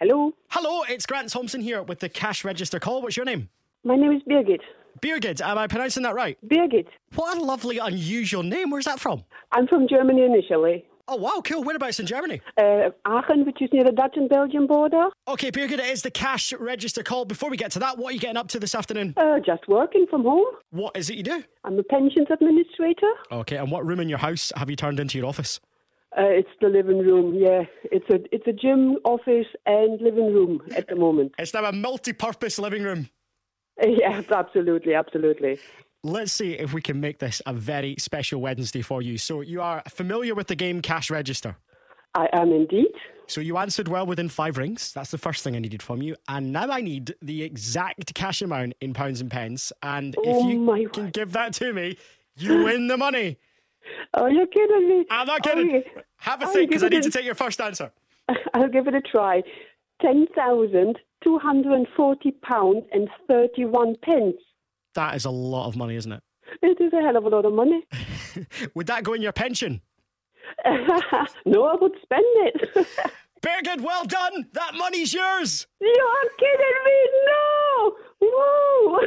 Hello, Hello, it's Grant Thompson here with the cash register call. What's your name? my name is Birgit. Birgit, am I pronouncing that right? Birgit. What a lovely, unusual name. Where's that from? I'm from Germany initially. Oh, wow, cool. Whereabouts in Germany? Uh, Aachen, which is near the Dutch and Belgian border. Okay, Birgit, it is the cash register call. Before we get to that, what are you getting up to this afternoon? Uh, just working from home. What is it you do? I'm a pensions administrator. Okay, and what room in your house have you turned into your office? Uh, it's the living room. Yeah, it's a it's a gym, office, and living room at the moment. It's now a multi purpose living room. Yeah, absolutely, absolutely. Let's see if we can make this a very special Wednesday for you. So, you are familiar with the game Cash Register. I am indeed. So you answered well within five rings. That's the first thing I needed from you. And now I need the exact cash amount in pounds and pence. And Oh if you my can word. give that to me, you win the money. Oh, you're kidding me. I'm not kidding. Okay. Have a Oh, think because I give it need to a- take your first answer. I'll give it a try. Ten thousand two hundred and forty pounds and thirty-one pence. That is a lot of money, isn't it? It is a hell of a lot of money. Would that go in your pension? no, I would spend it. Birgit, well done. That money's yours. You're kidding me! No! Whoa!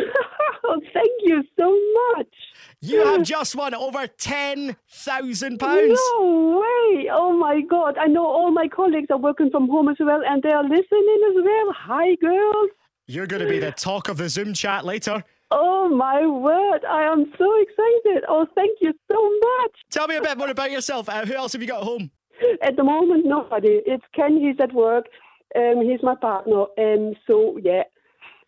Thank you so much. You have just won over ten thousand pounds. No way! Oh my God! I know all my colleagues are working from home as well, and they are listening as well. Hi, girls! You're going to be the talk of the Zoom chat later. Oh my word! I am so excited. Oh, thank you so much. Tell me a bit more about yourself. Uh, who else have you got at home? At the moment, nobody. It's Ken. He's at work. Um, he's my partner. Um, so yeah,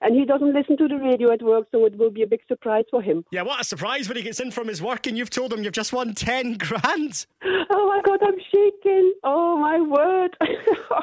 and he doesn't listen to the radio at work, so it will be a big surprise for him. Yeah, what a surprise when he gets in from his work and you've told him you've just won 10 grand. Oh my god, I'm shaking. Oh my word.